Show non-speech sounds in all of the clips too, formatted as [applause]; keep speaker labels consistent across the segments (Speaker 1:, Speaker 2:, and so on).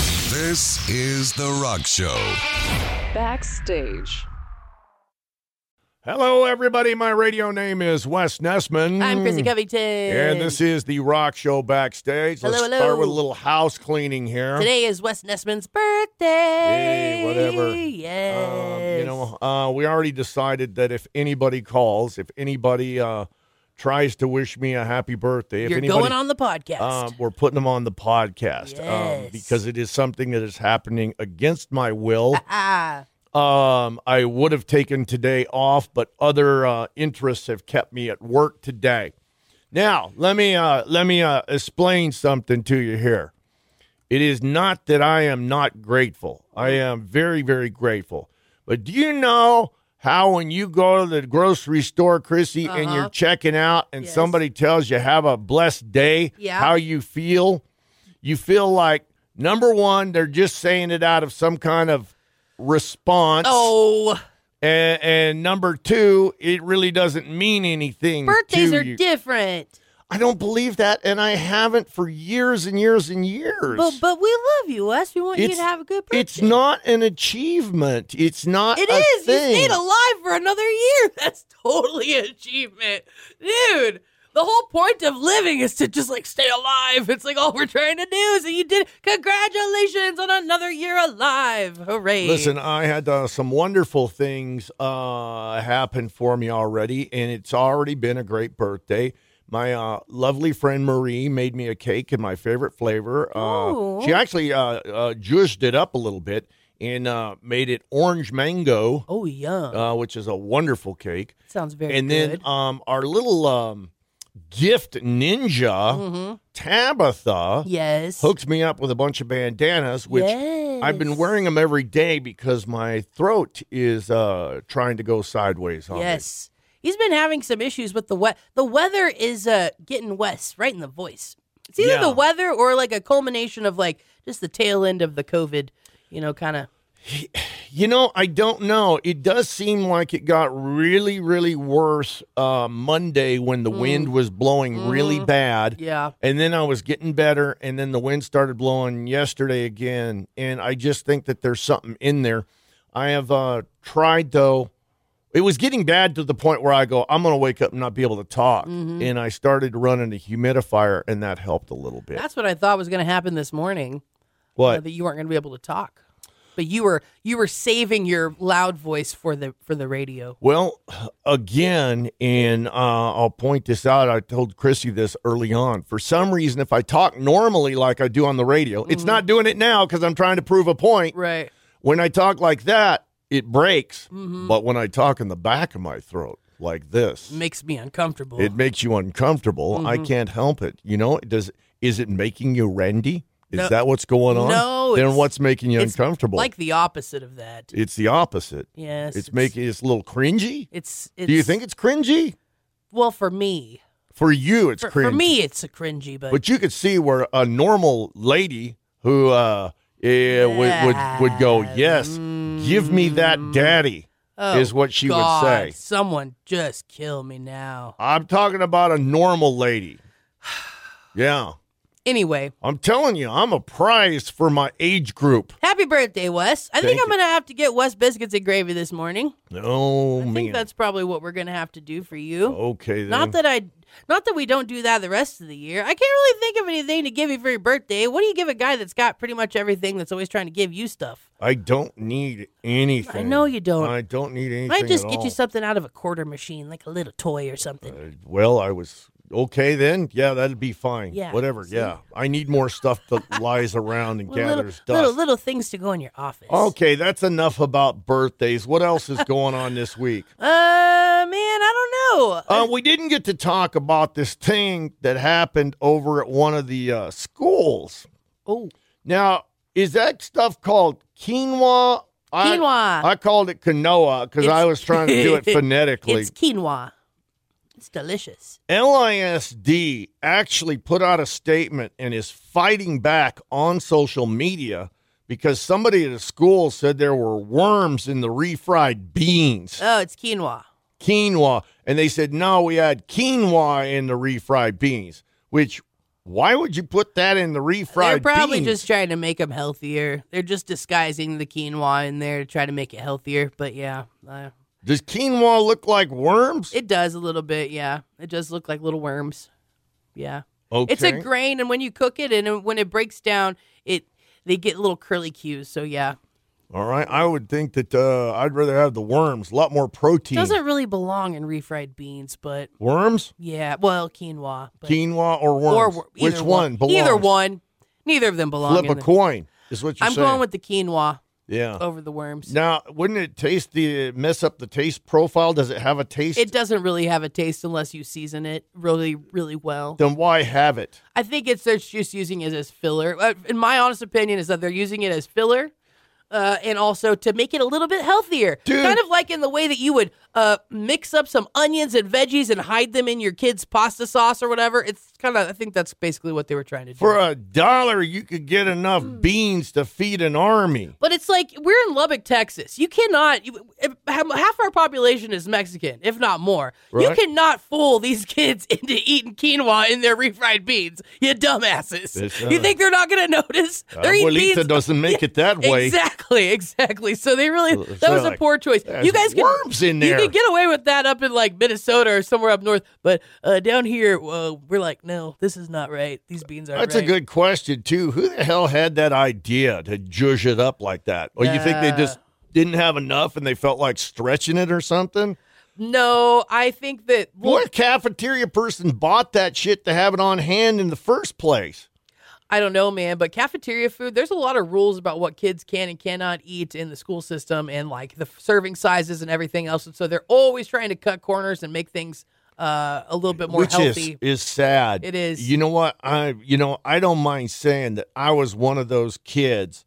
Speaker 1: This is The Rock Show.
Speaker 2: Backstage.
Speaker 3: Hello, everybody. My radio name is Wes Nessman.
Speaker 4: I'm Chrissy Covington.
Speaker 3: Mm. And this is the Rock Show backstage. Let's
Speaker 4: Hello, hello.
Speaker 3: start with a little house cleaning here.
Speaker 4: Today is Wes Nessman's birthday.
Speaker 3: Hey, whatever.
Speaker 4: Yes.
Speaker 3: Um, you know, uh, we already decided that if anybody calls, if anybody uh, tries to wish me a happy birthday, if
Speaker 4: You're
Speaker 3: anybody,
Speaker 4: going on the podcast.
Speaker 3: um, we're putting them on the podcast um,
Speaker 4: Yes.
Speaker 3: because it is something that is happening against my will.
Speaker 4: ah.
Speaker 3: Um, I would have taken today off, but other uh, interests have kept me at work today. Now, let me uh, let me uh, explain something to you here. It is not that I am not grateful. I am very, very grateful. But do you know how when you go to the grocery store, Chrissy, and you're checking out, and
Speaker 4: Uh-huh. Yes.
Speaker 3: somebody tells you "Have a blessed day,"
Speaker 4: Yeah.
Speaker 3: how you feel? You feel like number one, they're just saying it out of some kind of response. [laughs]
Speaker 4: Oh,
Speaker 3: And, and number two, it really doesn't mean anything.
Speaker 4: birthdays
Speaker 3: to
Speaker 4: are
Speaker 3: you.
Speaker 4: different.
Speaker 3: I don't believe that, and I haven't for years and years and years.
Speaker 4: But but we love you, Wes. We want you
Speaker 3: It's-
Speaker 4: to have a good birthday.
Speaker 3: it's not an achievement. It's not.
Speaker 4: It
Speaker 3: a
Speaker 4: is.
Speaker 3: Thing.
Speaker 4: You stayed alive for another year. [laughs] That's totally an achievement, dude. The whole point of living is to just like stay alive. It's like all we're trying to do. So you did. it. Congratulations on another year alive. Hooray!
Speaker 3: Listen, I had uh, some wonderful things uh, happen for me already, and it's already been a great birthday. My uh, lovely friend Marie made me a cake in my favorite flavor. Uh,
Speaker 4: Ooh.
Speaker 3: she actually uh, uh, zhuzhed it up a little bit and uh, made it orange mango,
Speaker 4: Oh, yum.
Speaker 3: uh, which is a wonderful cake.
Speaker 4: Sounds very
Speaker 3: and
Speaker 4: good.
Speaker 3: then um, our little um, gift ninja, Tabitha,
Speaker 4: Mm-hmm. yes.
Speaker 3: hooked me up with a bunch of bandanas, which
Speaker 4: yes.
Speaker 3: I've been wearing them every day because my throat is uh, trying to go sideways on me.
Speaker 4: Yes. He's been having some issues with the wet. The weather is uh, getting west, right in the voice. It's either
Speaker 3: Yeah.
Speaker 4: the weather or like a culmination of like just the tail end of the COVID, you know, kind of.
Speaker 3: You know, I don't know. It does seem like it got really, really worse uh, Monday when the
Speaker 4: Mm.
Speaker 3: wind was blowing really
Speaker 4: Mm-hmm.
Speaker 3: bad.
Speaker 4: Yeah.
Speaker 3: And then I was getting better, and then the wind started blowing yesterday again. And I just think that there's something in there. I have uh, tried, though. It was getting bad to the point where I go, I'm going to wake up and not be able to talk. And I started running a humidifier, and that helped a little bit.
Speaker 4: That's what I thought was going to happen this morning.
Speaker 3: what?
Speaker 4: That you weren't going to be able to talk, but you were you were saving your loud voice for the for the radio.
Speaker 3: Well, again, and uh, I'll point this out. I told Chrissy this early on. For some reason, if I talk normally like I do on the radio, it's not doing it now because I'm trying to prove a point.
Speaker 4: Right.
Speaker 3: When I talk like that, it breaks. But when I talk in the back of my throat like this,
Speaker 4: Makes Mm-hmm. me Mm-hmm. uncomfortable.
Speaker 3: it makes you uncomfortable. I can't help it. You know, does is it making you randy? Is
Speaker 4: No.
Speaker 3: that what's going on?
Speaker 4: No,
Speaker 3: Then
Speaker 4: it's-
Speaker 3: what's making you
Speaker 4: it's
Speaker 3: uncomfortable?
Speaker 4: like the opposite of that.
Speaker 3: it's the opposite.
Speaker 4: Yes.
Speaker 3: It's, making it's a little cringy.
Speaker 4: It's, it's.
Speaker 3: do you think it's cringy?
Speaker 4: Well, for me,
Speaker 3: For you, it's
Speaker 4: for,
Speaker 3: cringe.
Speaker 4: for me, it's a cringy, but,
Speaker 3: but you could see where a normal lady who uh, eh, would, would would go, yes, give me that
Speaker 4: Mm.
Speaker 3: daddy,
Speaker 4: Oh,
Speaker 3: is what she
Speaker 4: God,
Speaker 3: would say.
Speaker 4: Someone just kill me now.
Speaker 3: I'm talking about a normal lady. [sighs] Yeah,
Speaker 4: Anyway,
Speaker 3: I'm telling you, I'm a prize for my age group.
Speaker 4: happy birthday, Wes. I think
Speaker 3: Thank
Speaker 4: I'm gonna have to get Wes biscuits and gravy this morning.
Speaker 3: Oh
Speaker 4: I
Speaker 3: man, Oh,
Speaker 4: think that's probably what we're gonna have to do for you.
Speaker 3: okay. Then.
Speaker 4: Not that I, not that we don't do that the rest of the year. I can't really think of anything to give you for your birthday. What do you give a guy that's got pretty much everything that's always trying to give you stuff?
Speaker 3: I don't need anything.
Speaker 4: I know you don't.
Speaker 3: I don't need anything.
Speaker 4: Might just
Speaker 3: at
Speaker 4: get
Speaker 3: all.
Speaker 4: you something out of a quarter machine, like a little toy or something.
Speaker 3: Uh, well, I was okay then. Yeah, that'd be fine.
Speaker 4: Yeah,
Speaker 3: Whatever.
Speaker 4: see?
Speaker 3: Yeah. I need more stuff
Speaker 4: [laughs]
Speaker 3: that lies around and
Speaker 4: Well, little,
Speaker 3: gathers dust.
Speaker 4: little little things to go in your office.
Speaker 3: Okay, that's enough about birthdays. What else is going on this week?
Speaker 4: Uh, man, I don't know.
Speaker 3: Uh, we didn't get to talk about this thing that happened over at one of the uh, schools.
Speaker 4: oh.
Speaker 3: Now, is that stuff called quinoa? I-
Speaker 4: Quinoa.
Speaker 3: I, called it quinoa because I
Speaker 4: [laughs] It's-
Speaker 3: was trying to do it phonetically.
Speaker 4: It's quinoa. It's delicious.
Speaker 3: LISD actually put out a statement and is fighting back on social media because somebody at a school said there were worms in the refried beans,
Speaker 4: Oh, it's quinoa.
Speaker 3: quinoa, and they said no, we had quinoa in the refried beans, which Why would you put that in the refried?
Speaker 4: They're probably
Speaker 3: beans?
Speaker 4: just trying to make them healthier. They're just disguising the quinoa in there to try to make it healthier. But yeah, uh,
Speaker 3: Does quinoa look like worms?
Speaker 4: it does a little bit. Yeah, it does look like little worms. Yeah,
Speaker 3: okay.
Speaker 4: it's a grain, and when you cook it, and when it breaks down, it they get little curly cues. So yeah,
Speaker 3: All right. I would think that uh, I'd rather have the worms. A lot more protein.
Speaker 4: doesn't really belong in refried beans, but
Speaker 3: worms,
Speaker 4: yeah, well, quinoa, but,
Speaker 3: quinoa, or worms?
Speaker 4: or wor- either
Speaker 3: Which one? belongs?
Speaker 4: Either one. Neither of them belong.
Speaker 3: Flip
Speaker 4: in
Speaker 3: a
Speaker 4: the-
Speaker 3: coin. Is what you're
Speaker 4: I'm
Speaker 3: saying.
Speaker 4: going with the quinoa
Speaker 3: yeah.
Speaker 4: over the worms.
Speaker 3: Now, wouldn't it taste the mess up the taste profile? Does it have a taste?
Speaker 4: It doesn't really have a taste unless you season it really, really well.
Speaker 3: then why have it?
Speaker 4: I think it's they're just using it as filler. Uh, In my honest opinion, is that they're using it as filler, uh, and also to make it a little bit healthier.
Speaker 3: Dude.
Speaker 4: Kind of like in the way that you would uh, mix up some onions and veggies and hide them in your kid's pasta sauce or whatever. It's kind of I think that's basically what they were trying to do.
Speaker 3: For a dollar, you could get enough
Speaker 4: Hmm.
Speaker 3: beans to feed an army.
Speaker 4: But it's like we're in Lubbock, Texas. You cannot. You, if- half half our population is Mexican, if not more. You
Speaker 3: Right.
Speaker 4: cannot fool these kids [laughs] into eating quinoa in their refried beans. You dumbasses.
Speaker 3: This, uh,
Speaker 4: you think they're not going to notice? They're eating beans.
Speaker 3: Abuelita doesn't
Speaker 4: [laughs]
Speaker 3: make it that way.
Speaker 4: Exactly, [laughs] exactly. So they really
Speaker 3: So
Speaker 4: that was a
Speaker 3: like,
Speaker 4: poor choice.
Speaker 3: There's
Speaker 4: You guys can
Speaker 3: worms in there.
Speaker 4: you could get away with that up in like Minnesota or somewhere up north, but uh, down here uh, we're like, no, this is not right. These beans aren't.
Speaker 3: That's
Speaker 4: right.
Speaker 3: a good question too. Who the hell had that idea to judge it up like that? Or you think they just didn't have enough and they felt like stretching it or something?
Speaker 4: No, I think that
Speaker 3: What cafeteria person bought that shit to have it on hand in the first place?
Speaker 4: I don't know, man, but cafeteria food, there's a lot of rules about what kids can and cannot eat in the school system and like the serving sizes and everything else. And so they're always trying to cut corners and make things uh, a little bit more
Speaker 3: Which
Speaker 4: healthy.
Speaker 3: is is sad.
Speaker 4: It is.
Speaker 3: You know what? I you know I don't mind saying that I was one of those kids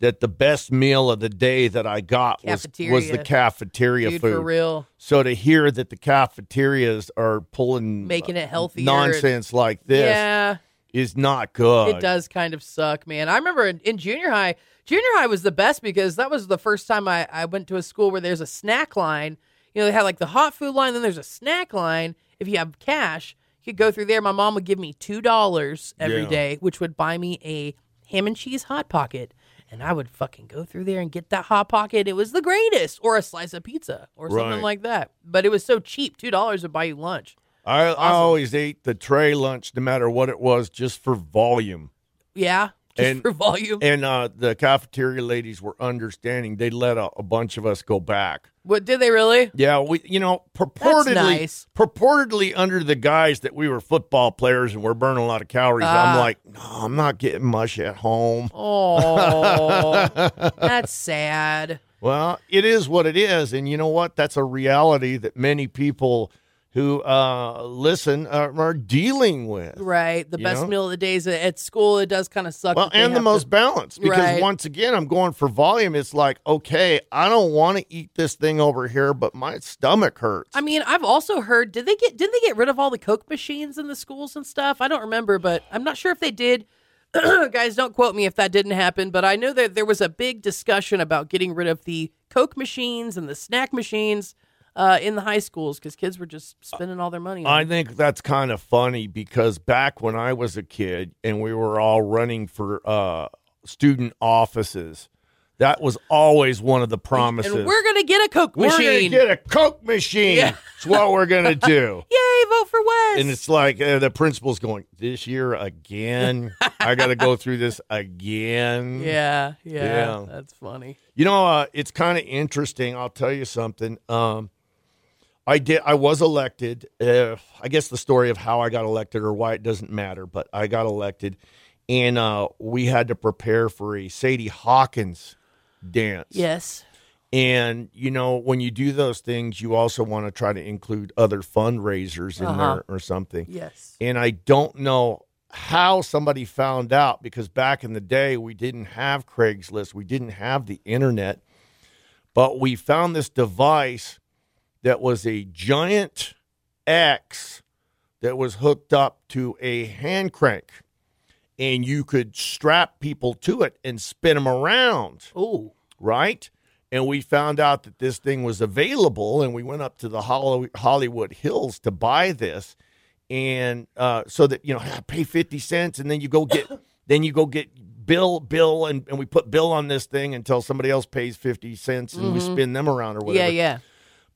Speaker 3: that the best meal of the day that I got was was the
Speaker 4: Cafeteria.
Speaker 3: cafeteria
Speaker 4: Dude,
Speaker 3: food.
Speaker 4: for real.
Speaker 3: So to hear that the cafeterias are pulling
Speaker 4: Making it healthier.
Speaker 3: nonsense like this
Speaker 4: Yeah.
Speaker 3: is not good.
Speaker 4: It does kind of suck, man. I remember in, in junior high, junior high was the best because that was the first time I, I went to a school where there's a snack line. You know, they had like the hot food line, then there's a snack line. If you have cash, you could go through there. My mom would give me $2 every day,
Speaker 3: Yeah.
Speaker 4: which would buy me a ham and cheese hot pocket. And I would fucking go through there and get that hot pocket. It was the greatest, or a slice of pizza, or
Speaker 3: Right.
Speaker 4: something like that. But it was so cheap, two dollars would buy you lunch.
Speaker 3: I, I always ate the tray lunch, no matter what it was, just for volume.
Speaker 4: Yeah, just
Speaker 3: And-
Speaker 4: for volume.
Speaker 3: And uh, the cafeteria ladies were understanding. They let a, a bunch of us go back.
Speaker 4: what did they really?
Speaker 3: Yeah, we, you know, purportedly,
Speaker 4: nice.
Speaker 3: purportedly under the guise that we were football players and we're burning a lot of calories. I'm
Speaker 4: Ah.
Speaker 3: like, no, I'm not getting much at home.
Speaker 4: Oh,
Speaker 3: [laughs]
Speaker 4: that's sad.
Speaker 3: Well, it is what it is, and you know what? That's a reality that many people who uh, listen uh, are dealing with.
Speaker 4: Right. The
Speaker 3: You
Speaker 4: best
Speaker 3: know?
Speaker 4: meal of the day is at school. It does kind of suck.
Speaker 3: Well,
Speaker 4: that they
Speaker 3: and the
Speaker 4: have
Speaker 3: most
Speaker 4: to-
Speaker 3: balanced because
Speaker 4: Right.
Speaker 3: once again, I'm going for volume. It's like, okay, I don't want to eat this thing over here, but my stomach hurts.
Speaker 4: I mean, I've also heard. Did they get? Did they get rid of all the Coke machines in the schools and stuff? I don't remember, but I'm not sure if they did. [clears throat] Guys, don't quote me if that didn't happen, but I know that there was a big discussion about getting rid of the Coke machines and the snack machines uh, in the high schools because kids were just spending all their money. On
Speaker 3: I
Speaker 4: it.
Speaker 3: think that's kind of funny because back when I was a kid and we were all running for uh, student offices, that was always one of the promises.
Speaker 4: and we're gonna get a Coke
Speaker 3: We're gonna
Speaker 4: machine.
Speaker 3: get a Coke machine.
Speaker 4: Yeah.
Speaker 3: It's what we're
Speaker 4: [laughs]
Speaker 3: gonna do.
Speaker 4: Yay! Vote for Wes.
Speaker 3: And it's like uh, the principal's going this year again. I got to go through this again.
Speaker 4: [laughs] Yeah, yeah,
Speaker 3: Mm. Yeah.
Speaker 4: That's funny.
Speaker 3: You know, uh, it's kind of interesting. I'll tell you something. Um, I did. I was elected. Uh, I guess the story of how I got elected or why it doesn't matter, but I got elected, and uh, we had to prepare for a Sadie Hawkins dance.
Speaker 4: Yes.
Speaker 3: And you know, when you do those things, you also want to try to include other fundraisers in
Speaker 4: Uh-huh.
Speaker 3: there or something.
Speaker 4: Yes.
Speaker 3: And I don't know how somebody found out because back in the day we didn't have Craigslist, we didn't have the internet, but we found this device that was a giant X that was hooked up to a hand crank. And you could strap people to it and spin them around
Speaker 4: Oh.
Speaker 3: right? And we found out that this thing was available, and we went up to the Hollow- Hollywood Hills to buy this. and uh, so that you know pay fifty cents, and then you go get then you go get bill bill, and, and we put bill on this thing until somebody else pays fifty cents, and we spin them around or whatever.
Speaker 4: Yeah, yeah.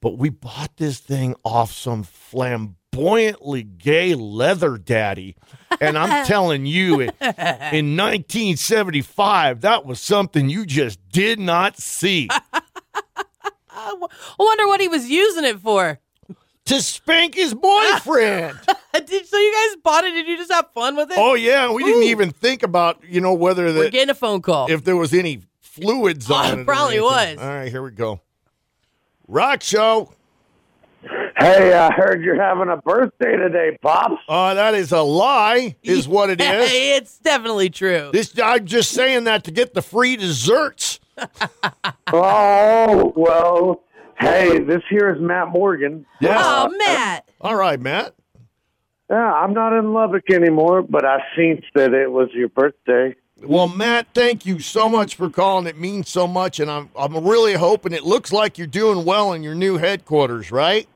Speaker 3: But we bought this thing off some flamboyantly gay leather daddy, and
Speaker 4: [laughs]
Speaker 3: I'm telling you, in, in 1975, that was something you just did not see.
Speaker 4: I, w- I wonder what he was using it for. [laughs]
Speaker 3: to spank his boyfriend.
Speaker 4: Did, so you guys bought it? Did you just have fun with it?
Speaker 3: oh yeah, we didn't even think about you know whether
Speaker 4: We're
Speaker 3: that
Speaker 4: getting a phone call.
Speaker 3: if there was any fluids
Speaker 4: Oh,
Speaker 3: on
Speaker 4: it
Speaker 3: it. or
Speaker 4: probably
Speaker 3: anything.
Speaker 4: was.
Speaker 3: All right, here we go. Rock show.
Speaker 5: Hey, I heard you're having a birthday today, Pops.
Speaker 3: Uh, that is a lie, is what it
Speaker 4: [laughs] Yeah,
Speaker 3: is.
Speaker 4: it's definitely true.
Speaker 3: This I'm just saying that to get the free desserts.
Speaker 5: Oh, well, hey, this here is Matt Morgan.
Speaker 3: Yeah.
Speaker 4: oh, Matt.
Speaker 3: All right, Matt.
Speaker 5: Yeah, I'm not in Lubbock anymore, but I sensed that it was your birthday.
Speaker 3: Well, Matt, thank you so much for calling. It means so much, and I'm I'm really hoping it looks like you're doing well in your new headquarters, right?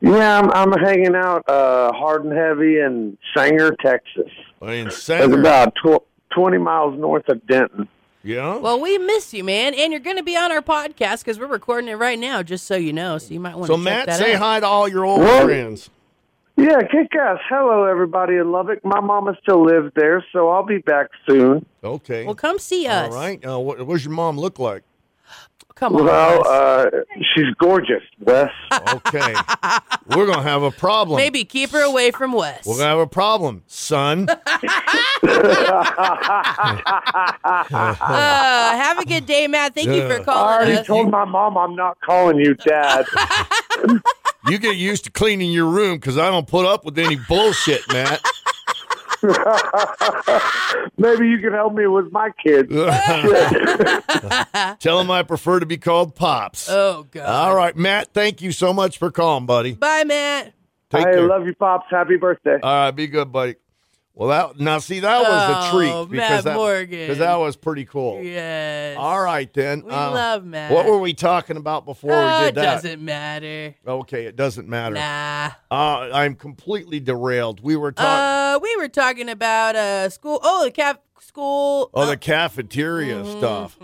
Speaker 5: Yeah, I'm, I'm hanging out uh, hard and heavy in Sanger, Texas.
Speaker 3: In
Speaker 5: It's
Speaker 3: Sanger.
Speaker 5: about tw- 20 miles north of Denton.
Speaker 3: Yeah.
Speaker 4: Well, we miss you, man, and you're going to be on our podcast because we're recording it right now, just so you know. So you might want to
Speaker 3: So
Speaker 4: check
Speaker 3: Matt,
Speaker 4: that
Speaker 3: say
Speaker 4: out.
Speaker 3: hi to all your old
Speaker 5: Whoa.
Speaker 3: friends.
Speaker 5: Yeah, kick ass. Hello, everybody in Lubbock. My mama still lives there, so I'll be back soon.
Speaker 3: Okay.
Speaker 4: Well, come see
Speaker 3: all
Speaker 4: us.
Speaker 3: right. Uh, what does your mom look like?
Speaker 4: Come on.
Speaker 5: Well,
Speaker 4: guys.
Speaker 5: uh, she's gorgeous, Wes.
Speaker 3: Okay. We're gonna have a problem.
Speaker 4: Maybe keep her away from Wes.
Speaker 3: We're gonna have a problem, son.
Speaker 4: uh, have a good day, Matt. Thank you for
Speaker 3: Yeah.
Speaker 5: I
Speaker 4: calling
Speaker 5: already
Speaker 4: us.
Speaker 5: told my mom I'm not calling
Speaker 3: [laughs]
Speaker 5: you dad.
Speaker 3: you get used to cleaning your room because I don't put up with any bullshit, Matt.
Speaker 4: [laughs]
Speaker 3: [laughs]
Speaker 5: Maybe you can help me with my kids.
Speaker 3: Tell him I prefer to be called pops.
Speaker 4: Oh God.
Speaker 3: all right, Matt. Thank you so much for calling, buddy.
Speaker 4: Bye, Matt.
Speaker 3: Take
Speaker 5: I
Speaker 3: care.
Speaker 5: love you, pops. Happy birthday.
Speaker 3: all right, be good, buddy. Well, that now see that was a
Speaker 4: Oh,
Speaker 3: treat because
Speaker 4: Matt
Speaker 3: that
Speaker 4: Morgan.
Speaker 3: because that was pretty cool.
Speaker 4: Yes.
Speaker 3: Oh. All right then.
Speaker 4: We
Speaker 3: Uh,
Speaker 4: love Matt.
Speaker 3: What were we talking about before
Speaker 4: Oh,
Speaker 3: we
Speaker 4: it
Speaker 3: did that?
Speaker 4: doesn't matter.
Speaker 3: Okay, it doesn't matter.
Speaker 4: Nah.
Speaker 3: Uh, I'm completely derailed. We were talking.
Speaker 4: Uh, we were talking about uh school. Oh, the cap school.
Speaker 3: oh, the cafeteria
Speaker 4: mm-hmm,
Speaker 3: stuff.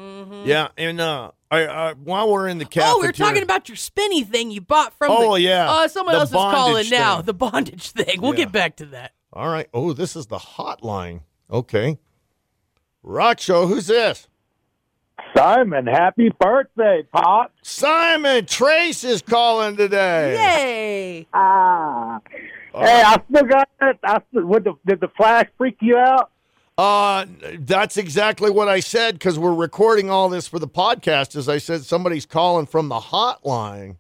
Speaker 3: Yeah, and uh, I, I, while we're in the cafeteria,
Speaker 4: Oh, we were talking about your spinny thing you bought from.
Speaker 3: Oh,
Speaker 4: the,
Speaker 3: yeah.
Speaker 4: Uh, someone
Speaker 3: The
Speaker 4: else is calling
Speaker 3: bondage
Speaker 4: now.
Speaker 3: thing.
Speaker 4: The bondage thing. We'll
Speaker 3: Yeah.
Speaker 4: get back to that.
Speaker 3: All right. Oh, this is the hotline. Okay. Rock show. Who's this?
Speaker 6: Simon, happy birthday, Pop.
Speaker 3: Simon Trace is calling today.
Speaker 4: Yay!
Speaker 6: Ah.
Speaker 3: All
Speaker 6: Hey,
Speaker 3: right.
Speaker 6: I still got it. I still, would the, did the flash freak you out?
Speaker 3: Uh, that's exactly what I said because we're recording all this for the podcast. As I said, somebody's calling from the hotline.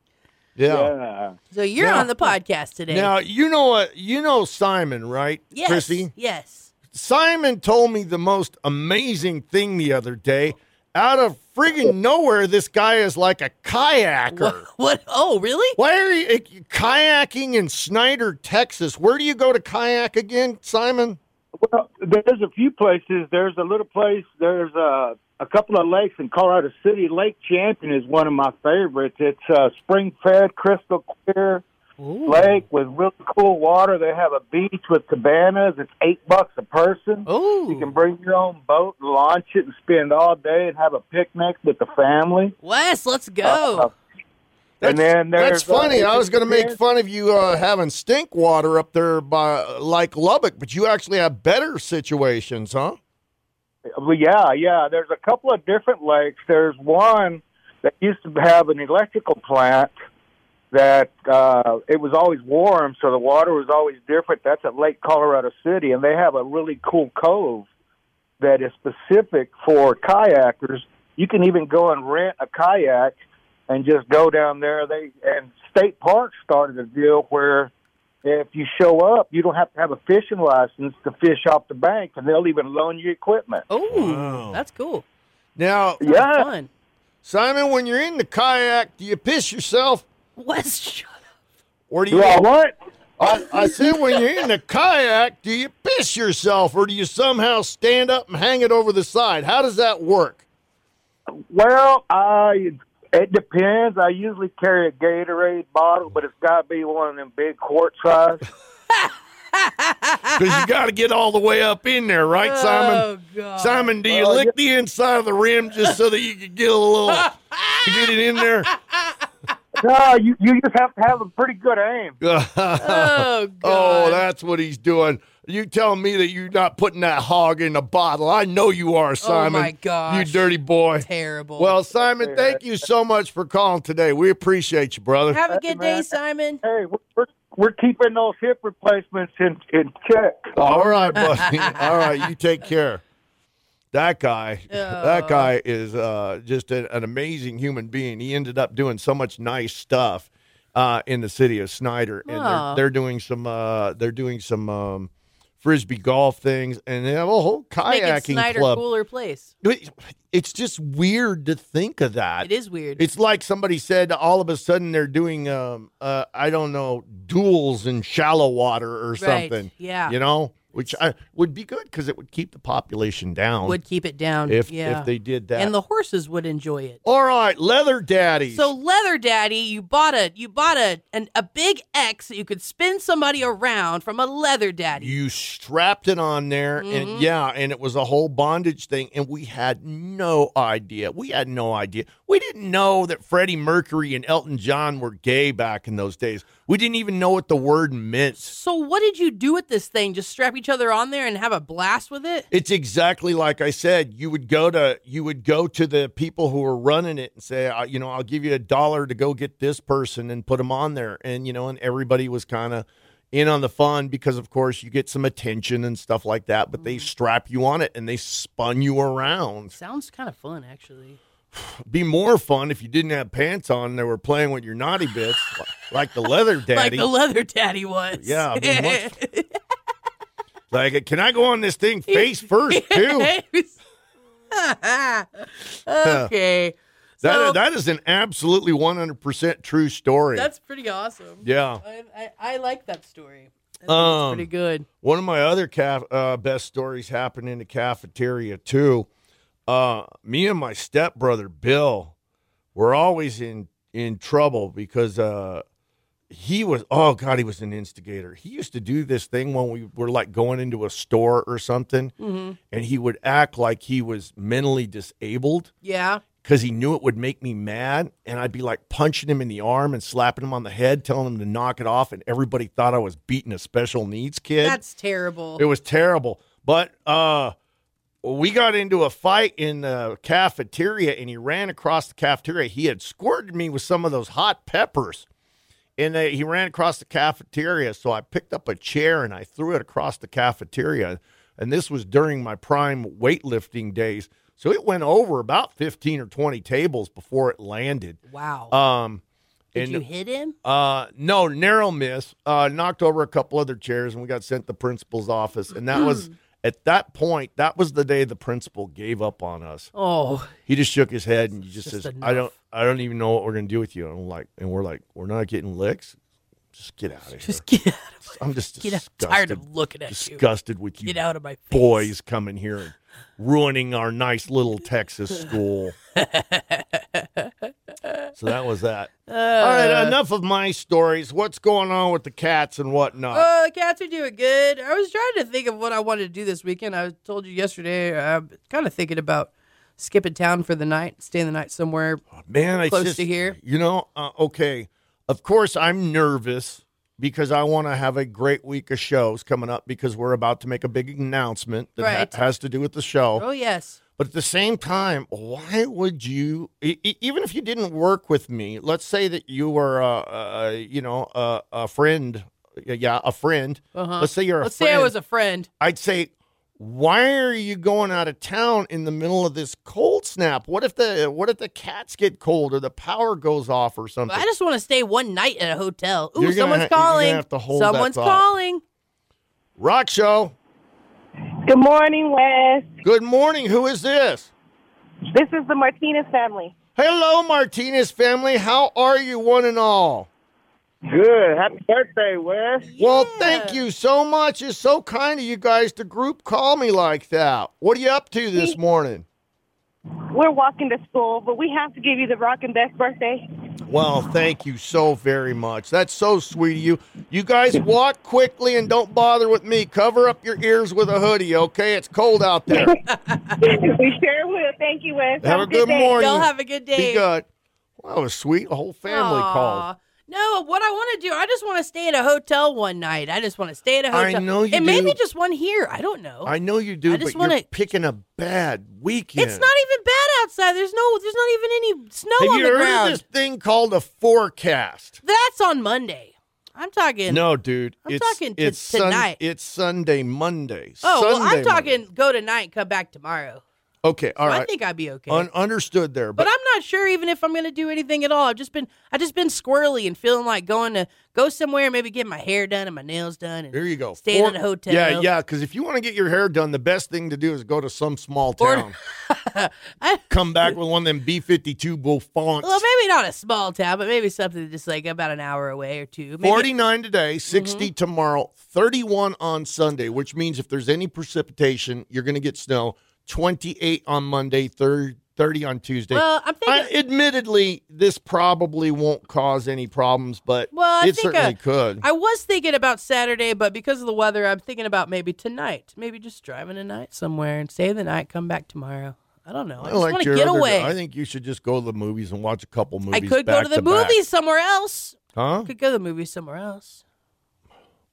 Speaker 3: yeah.
Speaker 4: So you're
Speaker 3: Now-
Speaker 4: on the podcast today.
Speaker 3: Now you know what you know Simon, right?
Speaker 4: yes.
Speaker 3: Chrissy.
Speaker 4: Yes.
Speaker 3: Simon told me the most amazing thing the other day. Out of friggin' nowhere, this guy is like a kayaker.
Speaker 4: What, [laughs] what? Oh, really?
Speaker 3: Why are you eh, kayaking in Snyder, Texas? Where do you go to kayak again, Simon?
Speaker 6: Well, there's a few places. There's a little place. There's a, a couple of lakes in Colorado City. Lake Champion is one of my favorites. It's uh, spring-fed, crystal clear lake with really cool water. They have a beach with cabanas. It's eight bucks a person.
Speaker 4: Oh.
Speaker 6: You can bring your own boat and launch it and spend all day and have a picnic with the family.
Speaker 4: Wes, let's
Speaker 6: Uh,
Speaker 4: go.
Speaker 6: and then
Speaker 3: That's
Speaker 6: there's,
Speaker 3: funny.
Speaker 6: uh,
Speaker 3: I was going to make
Speaker 6: there's-
Speaker 3: fun of you uh, having stink water up there by like Lubbock, but you actually have better situations, huh?
Speaker 6: Well, yeah, yeah. There's a couple of different lakes. There's one that used to have an electrical plant that uh, it was always warm, so the water was always different. That's at Lake Colorado City, and they have a really cool cove that is specific for kayakers. You can even go and rent a kayak and just go down there. They and state parks started a deal where if you show up, you don't have to have a fishing license to fish off the bank, and they'll even loan you equipment.
Speaker 4: Oh,
Speaker 3: Wow.
Speaker 4: that's cool.
Speaker 3: Now,
Speaker 4: Sounds
Speaker 6: Yeah.
Speaker 4: Fun.
Speaker 3: Simon, when you're in the kayak, do you piss yourself
Speaker 4: Wes, shut up.
Speaker 3: or do you? [laughs]
Speaker 6: Do I what?
Speaker 3: I, I said, when you're in the kayak, do you piss yourself or do you somehow stand up and hang it over the side? How does that work?
Speaker 6: Well, I it depends. I usually carry a Gatorade bottle, but it's got to be one of them big quart size.
Speaker 3: Because you got to get all the way up in there, right, Simon?
Speaker 4: Oh, God.
Speaker 3: Simon, do you lick the inside of the rim just so that you can get a little get it in there?
Speaker 6: No, you, you just have to have a pretty good aim.
Speaker 4: Oh, God.
Speaker 3: [laughs] Oh, that's what he's doing. You telling me that you're not putting that hog in the bottle? I know you are, Simon.
Speaker 4: Oh, my gosh.
Speaker 3: you dirty boy.
Speaker 4: terrible.
Speaker 3: Well, Simon, thank you so much for calling today. We appreciate you, brother.
Speaker 4: have a good day,
Speaker 6: man.
Speaker 4: Simon.
Speaker 6: Hey, we're, we're, we're keeping those hip replacements in, in check.
Speaker 3: All right, buddy. All right, you take care. That guy, that
Speaker 4: Oh.
Speaker 3: guy is uh, just a, an amazing human being. He ended up doing so much nice stuff uh, in the city of Snyder, and they're,
Speaker 4: Aw.
Speaker 3: they're doing some uh, they're doing some um, frisbee golf things, and they have a whole
Speaker 4: Make it
Speaker 3: kayaking
Speaker 4: Snyder
Speaker 3: club.
Speaker 4: cooler place.
Speaker 3: It- It's just weird to think of that.
Speaker 4: It is weird.
Speaker 3: It's like somebody said all of a sudden they're doing um uh I don't know duels in shallow water or
Speaker 4: Right,
Speaker 3: something.
Speaker 4: yeah.
Speaker 3: You know, which I, would be good cuz it would keep the population down
Speaker 4: would keep it down.
Speaker 3: if
Speaker 4: yeah.
Speaker 3: if they did that.
Speaker 4: and the horses would enjoy it.
Speaker 3: all right, leather daddies.
Speaker 4: So leather daddy, you bought a you bought a an, a big X that you could spin somebody around from a leather daddy.
Speaker 3: you strapped it on there
Speaker 4: Mm-hmm.
Speaker 3: and yeah, and it was a whole bondage thing and we had no idea. We had no idea. We didn't know that Freddie Mercury and Elton John were gay back in those days. We didn't even know what the word meant.
Speaker 4: so what did you do with this thing? Just strap each other on there and have a blast with it?
Speaker 3: It's exactly like I said. You would go to you would go to the people who are running it and say, I- you know, I'll give you a dollar to go get this person and put them on there, and you know, and everybody was kind of in on the fun because, of course, you get some attention and stuff like that. But they
Speaker 4: Mm-hmm.
Speaker 3: strap you on it and they spun you around.
Speaker 4: Sounds kind of fun, actually.
Speaker 3: Be more fun if you didn't have pants on. and They were playing with your naughty bits,
Speaker 4: [laughs]
Speaker 3: li- like the leather daddy.
Speaker 4: Like the leather daddy was.
Speaker 3: Yeah, I
Speaker 4: [laughs]
Speaker 3: mean, much- like, can I go on this
Speaker 4: [laughs]
Speaker 3: thing face first too?
Speaker 4: okay.
Speaker 3: That,
Speaker 4: So-
Speaker 3: that is an absolutely 100% true story.
Speaker 4: That's pretty awesome.
Speaker 3: yeah.
Speaker 4: I, I, I like that story. I think
Speaker 3: Um,
Speaker 4: it's pretty good.
Speaker 3: One of my other caf- uh, best stories happened in the cafeteria, too. Uh, me and my stepbrother, Bill, were always in, in trouble because uh, he was, oh God, he was an instigator. He used to do this thing when we were like going into a store or something, and he would act like he was mentally disabled.
Speaker 4: Yeah.
Speaker 3: because he knew it would make me mad. And I'd be like punching him in the arm and slapping him on the head, telling him to knock it off. And everybody thought I was beating a special needs kid.
Speaker 4: That's terrible.
Speaker 3: it was terrible. But uh, we got into a fight in the cafeteria and he ran across the cafeteria. He had squirted me with some of those hot peppers. And they, he ran across the cafeteria. So I picked up a chair and I threw it across the cafeteria. And this was during my prime weightlifting days. So it went over about 15 or 20 tables before it landed.
Speaker 4: wow.
Speaker 3: Um,
Speaker 4: Did
Speaker 3: and-
Speaker 4: you hit him?
Speaker 3: uh, no, narrow miss. Uh, knocked over a couple other chairs, and we got sent to the principal's office. And that
Speaker 4: Hmm.
Speaker 3: was at that point. That was the day the principal gave up on us.
Speaker 4: Oh, [laughs]
Speaker 3: He just shook his head and he just,
Speaker 4: Just
Speaker 3: says,
Speaker 4: enough.
Speaker 3: "I don't, I don't even know what we're gonna do with you." And I'm like, and we're like, we're not getting licks. Just get out of here.
Speaker 4: just get out of,
Speaker 3: I'm just
Speaker 4: get out.
Speaker 3: disgusted,
Speaker 4: I'm tired of looking at you.
Speaker 3: disgusted with you
Speaker 4: Get out of my face.
Speaker 3: boys coming here and ruining our nice little Texas school. so that was that. All
Speaker 4: Uh.
Speaker 3: right, enough of my stories. What's going on with the cats and whatnot?
Speaker 4: Oh, the cats are doing good. I was trying to think of what I wanted to do this weekend. I told you yesterday. I'm kind of thinking about skipping town for the night, staying the night somewhere.
Speaker 3: Man, I
Speaker 4: close
Speaker 3: just,
Speaker 4: to here?
Speaker 3: You know, uh, okay. Of course, I'm nervous because I want to have a great week of shows coming up because we're about to make a big announcement that ha-
Speaker 4: Right.
Speaker 3: has to do with the show.
Speaker 4: Oh yes,
Speaker 3: But at the same time, why would you, e- e- even if you didn't work with me, let's say that you were, uh, uh, you know, uh, a friend, yeah, a friend.
Speaker 4: Uh-huh.
Speaker 3: Let's say you're a
Speaker 4: let's
Speaker 3: friend.
Speaker 4: say I was a friend.
Speaker 3: I'd say, why are you going out of town in the middle of this cold snap? What if the what if the cats get cold or the power goes off or something?
Speaker 4: I just want to stay one night at a hotel. Ooh,
Speaker 3: You're gonna ha- you're
Speaker 4: someone's
Speaker 3: gonna
Speaker 4: calling.
Speaker 3: have to hold that
Speaker 4: someone's
Speaker 3: thought.
Speaker 4: calling.
Speaker 3: Rock show.
Speaker 7: Good morning, Wes.
Speaker 3: Good morning. Who is this?
Speaker 7: This is the Martinez family.
Speaker 3: Hello, Martinez family. How are you, one and all?
Speaker 6: Good. Happy birthday, Wes.
Speaker 3: Well, thank you so much. It's so kind of you guys to group call me like that. What are you up to this morning?
Speaker 7: We're walking to school, but we have to give you the rock and best birthday. [laughs]
Speaker 3: Well, thank you so very much. That's so sweet of you. You guys walk quickly and don't bother with me. Cover up your ears with a hoodie, okay? It's cold out there.
Speaker 7: we sure will. Thank you, Wes.
Speaker 3: Have a good
Speaker 7: day.
Speaker 3: morning.
Speaker 4: Y'all have a good day.
Speaker 3: Be good. Well, that was sweet. A whole uh, family
Speaker 4: Aw.
Speaker 3: called.
Speaker 4: No, what I want to do, I just want to stay at a hotel one night. I just want to stay at a
Speaker 3: I
Speaker 4: hotel.
Speaker 3: know you
Speaker 4: And maybe
Speaker 3: do.
Speaker 4: just one here. I don't know.
Speaker 3: I know you do,
Speaker 4: I
Speaker 3: but
Speaker 4: just
Speaker 3: you're
Speaker 4: wanna-
Speaker 3: picking a bad weekend.
Speaker 4: It's not even bad outside. There's no. There's not even any snow
Speaker 3: Have
Speaker 4: on
Speaker 3: you
Speaker 4: the
Speaker 3: heard
Speaker 4: ground.
Speaker 3: of this thing called a forecast?
Speaker 4: That's on Monday. I'm talking.
Speaker 3: No, dude.
Speaker 4: I'm
Speaker 3: it's,
Speaker 4: talking to-
Speaker 3: it's Sun-
Speaker 4: tonight.
Speaker 3: it's Sunday, Monday.
Speaker 4: Oh, well,
Speaker 3: Sunday,
Speaker 4: I'm talking.
Speaker 3: Monday.
Speaker 4: Go tonight. Come back tomorrow.
Speaker 3: Okay, all
Speaker 4: I
Speaker 3: right.
Speaker 4: think I'd be okay.
Speaker 3: Un- understood there,
Speaker 4: but I'm not sure even if I'm going to do anything at all. I've just been. I've just been squirrely and feeling like going to go somewhere. Maybe get my hair done and my nails done. And
Speaker 3: Here you go.
Speaker 4: Staying
Speaker 3: Four-
Speaker 4: in a hotel.
Speaker 3: Yeah, yeah. Because if you want to get your hair done, the best thing to do is go to some small
Speaker 4: Or- [laughs]
Speaker 3: town.
Speaker 4: [laughs] I-
Speaker 3: Come back with one of them B fifty two Buffons.
Speaker 4: Well, maybe not a small town, but maybe something just like about an hour away or two. Maybe, Mm-hmm.
Speaker 3: Forty nine today, 60 tomorrow, thirty one on Sunday. Which means if there's any precipitation, you're going to get snow. Twenty eight on Monday, thir- thirty on Tuesday.
Speaker 4: Well, I'm thinking.
Speaker 3: I, admittedly, this probably won't cause any problems, but
Speaker 4: Well, I
Speaker 3: it
Speaker 4: think,
Speaker 3: certainly
Speaker 4: uh,
Speaker 3: could.
Speaker 4: I was thinking about Saturday, but because of the weather, I'm thinking about maybe tonight. Maybe just driving tonight somewhere and stay the night, come back tomorrow. I don't know. I, just want to
Speaker 3: your
Speaker 4: get
Speaker 3: other-
Speaker 4: away.
Speaker 3: I think you should just go to the movies and watch a couple
Speaker 4: I
Speaker 3: movies.
Speaker 4: could go to the
Speaker 3: back-to-back.
Speaker 4: movies somewhere else.
Speaker 3: huh?
Speaker 4: Could go to the movies somewhere else.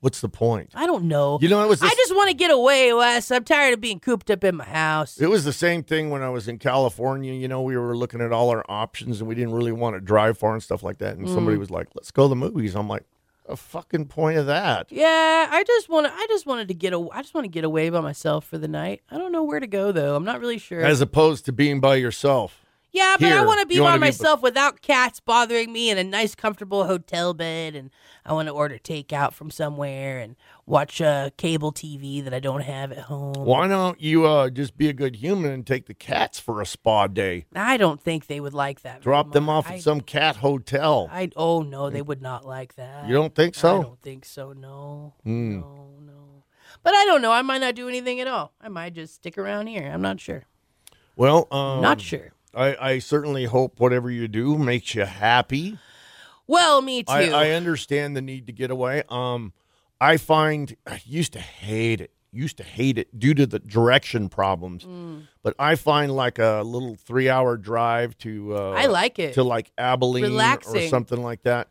Speaker 3: What's the point?
Speaker 4: I don't know.
Speaker 3: You know, it was the,
Speaker 4: I just want to get away, Wes. I'm tired of being cooped up in my house.
Speaker 3: it was the same thing when I was in California. You know, we were looking at all our options and we didn't really want to drive far and stuff like that. And
Speaker 4: Mm.
Speaker 3: somebody was like, "Let's go to the movies." I'm like, "A fucking point of that."
Speaker 4: Yeah, I just want to. I just wanted to get. A, I just want to get away by myself for the night. I don't know where to go though. I'm not really sure.
Speaker 3: As opposed to being by yourself.
Speaker 4: Yeah, but I
Speaker 3: Here,
Speaker 4: want to be
Speaker 3: you
Speaker 4: by
Speaker 3: wanna be-
Speaker 4: myself without cats bothering me in a nice, comfortable hotel bed, and I want to order takeout from somewhere and watch uh, cable TV that I don't have at home.
Speaker 3: Why don't you uh, just be a good human and take the cats for a spa day?
Speaker 4: I don't think they would like that. very
Speaker 3: Drop them
Speaker 4: much.
Speaker 3: off
Speaker 4: I,
Speaker 3: at some cat hotel.
Speaker 4: I oh no, they would not like that.
Speaker 3: you don't think
Speaker 4: I
Speaker 3: so? Hmm.
Speaker 4: don't think so. No, no, no. But I don't know. I might not do anything at all. I might just stick around here. I'm not sure.
Speaker 3: Well, um,
Speaker 4: not sure.
Speaker 3: I, I certainly hope whatever you do makes you happy.
Speaker 4: Well, me too.
Speaker 3: I, I understand the need to get away. Um, I find I used to hate it. Used to hate it due to the direction problems.
Speaker 4: Mm.
Speaker 3: But I find like a little three-hour drive to uh,
Speaker 4: I like it.
Speaker 3: to like Abilene or
Speaker 4: Relaxing.
Speaker 3: something like that.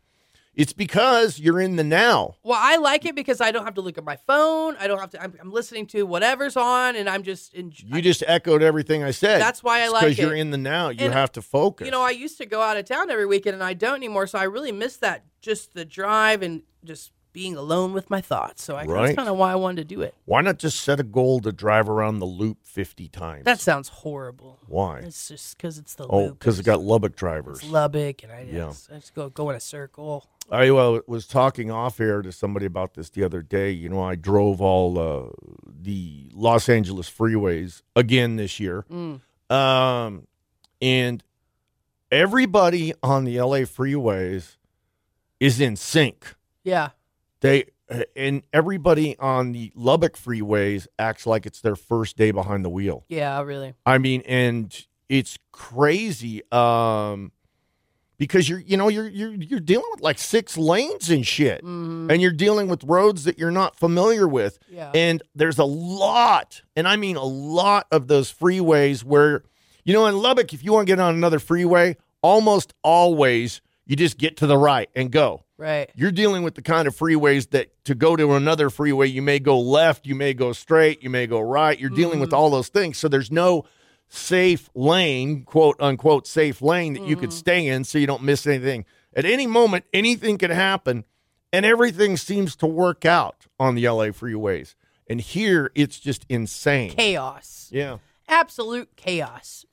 Speaker 3: It's because you're in the now.
Speaker 4: Well, I like it because I don't have to look at my phone. I don't have to. I'm, I'm listening to whatever's on, and I'm just. In,
Speaker 3: You just echoed everything I said.
Speaker 4: That's why I like
Speaker 3: Because you're
Speaker 4: it.
Speaker 3: in the now. You
Speaker 4: And,
Speaker 3: have to focus.
Speaker 4: you know, I used to go out of town every weekend, and I don't anymore. So I really miss that just the drive and just being alone with my thoughts. So I,
Speaker 3: Right.
Speaker 4: that's kind of why I wanted to do it.
Speaker 3: why not just set a goal to drive around the loop 50 times?
Speaker 4: That sounds horrible.
Speaker 3: why.
Speaker 4: It's just because it's the
Speaker 3: Oh,
Speaker 4: loop.
Speaker 3: because it got Lubbock drivers.
Speaker 4: it's Lubbock, and I just,
Speaker 3: Yeah.
Speaker 4: I just go go in a circle.
Speaker 3: I uh, was talking off air to somebody about this the other day. You know, I drove all uh, the Los Angeles freeways again this year.
Speaker 4: Mm.
Speaker 3: Um, and everybody on the LA freeways is in sync.
Speaker 4: Yeah,
Speaker 3: They and everybody on the Lubbock freeways acts like it's their first day behind the wheel.
Speaker 4: yeah, really.
Speaker 3: I mean, and it's crazy um, because you're you know you're you're you're dealing with like six lanes and shit,
Speaker 4: Mhm.
Speaker 3: and you're dealing with roads that you're not familiar with,
Speaker 4: Yeah.
Speaker 3: and there's a lot, and I mean a lot of those freeways where, you know, in Lubbock, if you want to get on another freeway, almost always you just get to the right and go
Speaker 4: right.
Speaker 3: you're dealing with the kind of freeways that to go to another freeway, you may go left, you may go straight, you may go right. You're dealing
Speaker 4: Mm.
Speaker 3: with all those things. So there's no safe lane, quote unquote, safe lane that you could
Speaker 4: Mm.
Speaker 3: stay in so you don't miss anything. At any moment, anything could happen, and everything seems to work out on the LA freeways. And here, it's just insane.
Speaker 4: Chaos.
Speaker 3: Yeah. Oh,
Speaker 4: Absolute chaos.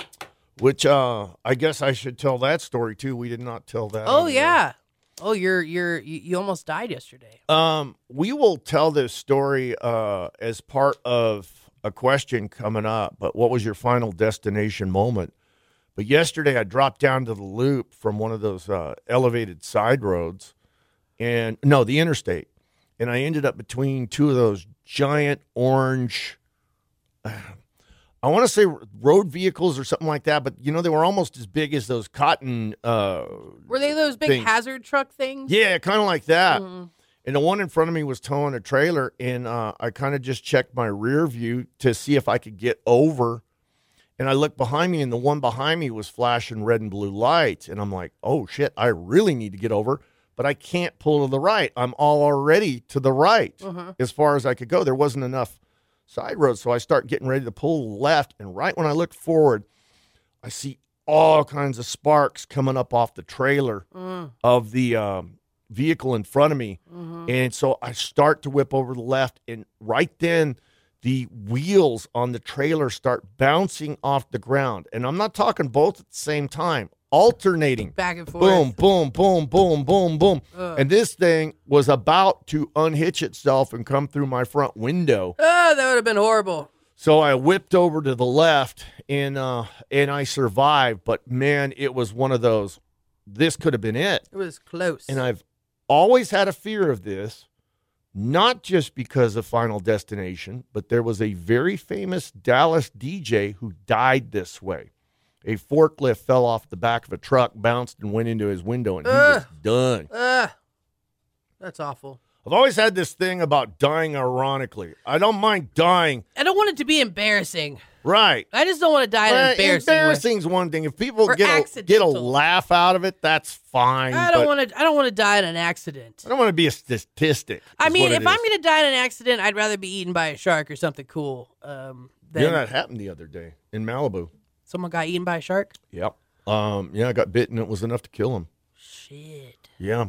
Speaker 3: Which uh, I guess I should tell that story too. We did not tell that.
Speaker 4: Oh
Speaker 3: on the air.
Speaker 4: yeah. Oh, you're you're you, you almost died yesterday.
Speaker 3: Um, we will tell this story uh, as part of a question coming up. But what was your final destination moment? But yesterday, I dropped down to the loop from one of those uh, elevated side roads, and no, the interstate, and [sighs] I ended up between two of those giant orange. I want to say road vehicles or something like that, but you know they were almost as big as those cotton. Uh,
Speaker 4: Were they those big
Speaker 3: Things.
Speaker 4: hazard truck things?
Speaker 3: yeah, kind of like that.
Speaker 4: Mhm.
Speaker 3: And the one in front of me was towing a trailer, and uh, I kind of just checked my rear view to see if I could get over. And I looked behind me, and the one behind me was flashing red and blue lights. And I'm like, oh shit, I really need to get over, but I can't pull to the right. I'm all already to the right
Speaker 4: Mhm.
Speaker 3: as far as I could go. There wasn't enough side roads. So I start getting ready to pull left. And right when I look forward, I see all kinds of sparks coming up off the trailer
Speaker 4: Mm,
Speaker 3: of the um, vehicle in front of me.
Speaker 4: mhm.
Speaker 3: And so I start to whip over to the left, and right then the wheels on the trailer start bouncing off the ground. And I'm not talking both at the same time, alternating.
Speaker 4: Back and forth.
Speaker 3: Boom, boom, boom, boom, boom, boom.
Speaker 4: Ugh.
Speaker 3: And this thing was about to unhitch itself and come through my front window.
Speaker 4: Oh, that would have been horrible.
Speaker 3: So I whipped over to the left and uh and I survived, but man, it was one of those this could have been it.
Speaker 4: It was close.
Speaker 3: And I've always had a fear of this, not just because of Final Destination, but there was a very famous Dallas DJ who died this way. A forklift fell off the back of a truck, bounced and went into his window, and he was
Speaker 4: Ugh.
Speaker 3: done.
Speaker 4: Ugh. Ah, that's awful.
Speaker 3: I've always had this thing about dying ironically. I don't mind dying.
Speaker 4: I don't want it to be embarrassing.
Speaker 3: Right.
Speaker 4: I just don't want to die in
Speaker 3: Well,
Speaker 4: an embarrassing. way.
Speaker 3: embarrassing's one thing. If people get
Speaker 4: Or
Speaker 3: a, get a
Speaker 4: accidental.
Speaker 3: laugh out of it, that's fine.
Speaker 4: I don't
Speaker 3: but
Speaker 4: want to. I don't want to die in an accident.
Speaker 3: I don't want to be a statistic.
Speaker 4: I
Speaker 3: is
Speaker 4: mean,
Speaker 3: what
Speaker 4: if
Speaker 3: it
Speaker 4: I'm
Speaker 3: is.
Speaker 4: going to die in an accident, I'd rather be eaten by a shark or something cool. Um, than
Speaker 3: you know that happened the other day in Malibu.
Speaker 4: someone got eaten by a shark.
Speaker 3: Yep. Um, yeah, I got bitten. It was enough to kill him.
Speaker 4: Shit.
Speaker 3: Yeah.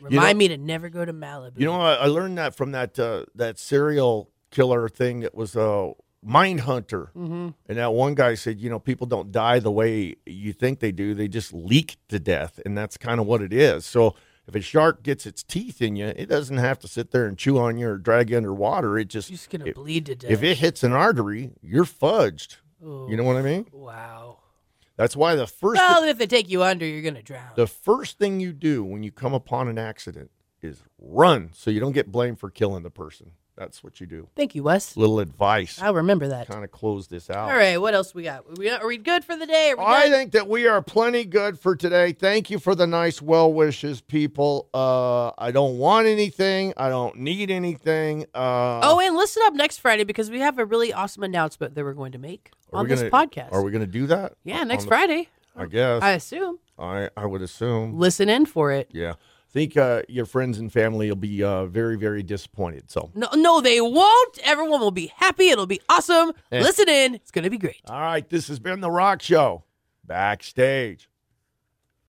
Speaker 4: Remind me to never go to Malibu.
Speaker 3: You know, I, I learned that from that uh, that serial killer thing that was uh, Mind Hunter.
Speaker 4: Mm-hmm.
Speaker 3: And that one guy said, you know, people don't die the way you think they do. They just leak to death. And that's kind of what it is. So if a shark gets its teeth in you, it doesn't have to sit there and chew on you or drag you underwater. It just,
Speaker 4: You're just gonna
Speaker 3: if-
Speaker 4: bleed to death.
Speaker 3: if it hits an artery, you're fudged. You know what I mean?
Speaker 4: Wow.
Speaker 3: That's why the first.
Speaker 4: Well, then if they take you under, you're gonna drown.
Speaker 3: The first thing you do when you come upon an accident is run so you don't get blamed for killing the person. That's what you do.
Speaker 4: Thank you, Wes.
Speaker 3: Little advice.
Speaker 4: I'll remember that.
Speaker 3: Kind of close this out.
Speaker 4: All right, what else we got? We, are we good for the day? Are we
Speaker 3: I
Speaker 4: done?
Speaker 3: think that we are plenty good for today. Thank you for the nice well wishes, people. Uh, I don't want anything. I don't need anything. Uh,
Speaker 4: oh, and listen up next Friday because we have a really awesome announcement that we're going to make
Speaker 3: are
Speaker 4: on
Speaker 3: we
Speaker 4: this
Speaker 3: gonna-
Speaker 4: podcast.
Speaker 3: Are we going to do that?
Speaker 4: yeah, next
Speaker 3: the-
Speaker 4: Friday.
Speaker 3: I guess.
Speaker 4: I
Speaker 3: I
Speaker 4: assume.
Speaker 3: I, would assume.
Speaker 4: Listen in for it.
Speaker 3: Yeah. I think uh, your friends and family will be uh, very, very disappointed. So.
Speaker 4: No, no, they won't. Everyone will be happy. It'll be awesome.
Speaker 3: Eh.
Speaker 4: Listen in. It's going to be great.
Speaker 3: All right, this has been The Rock Show. Backstage.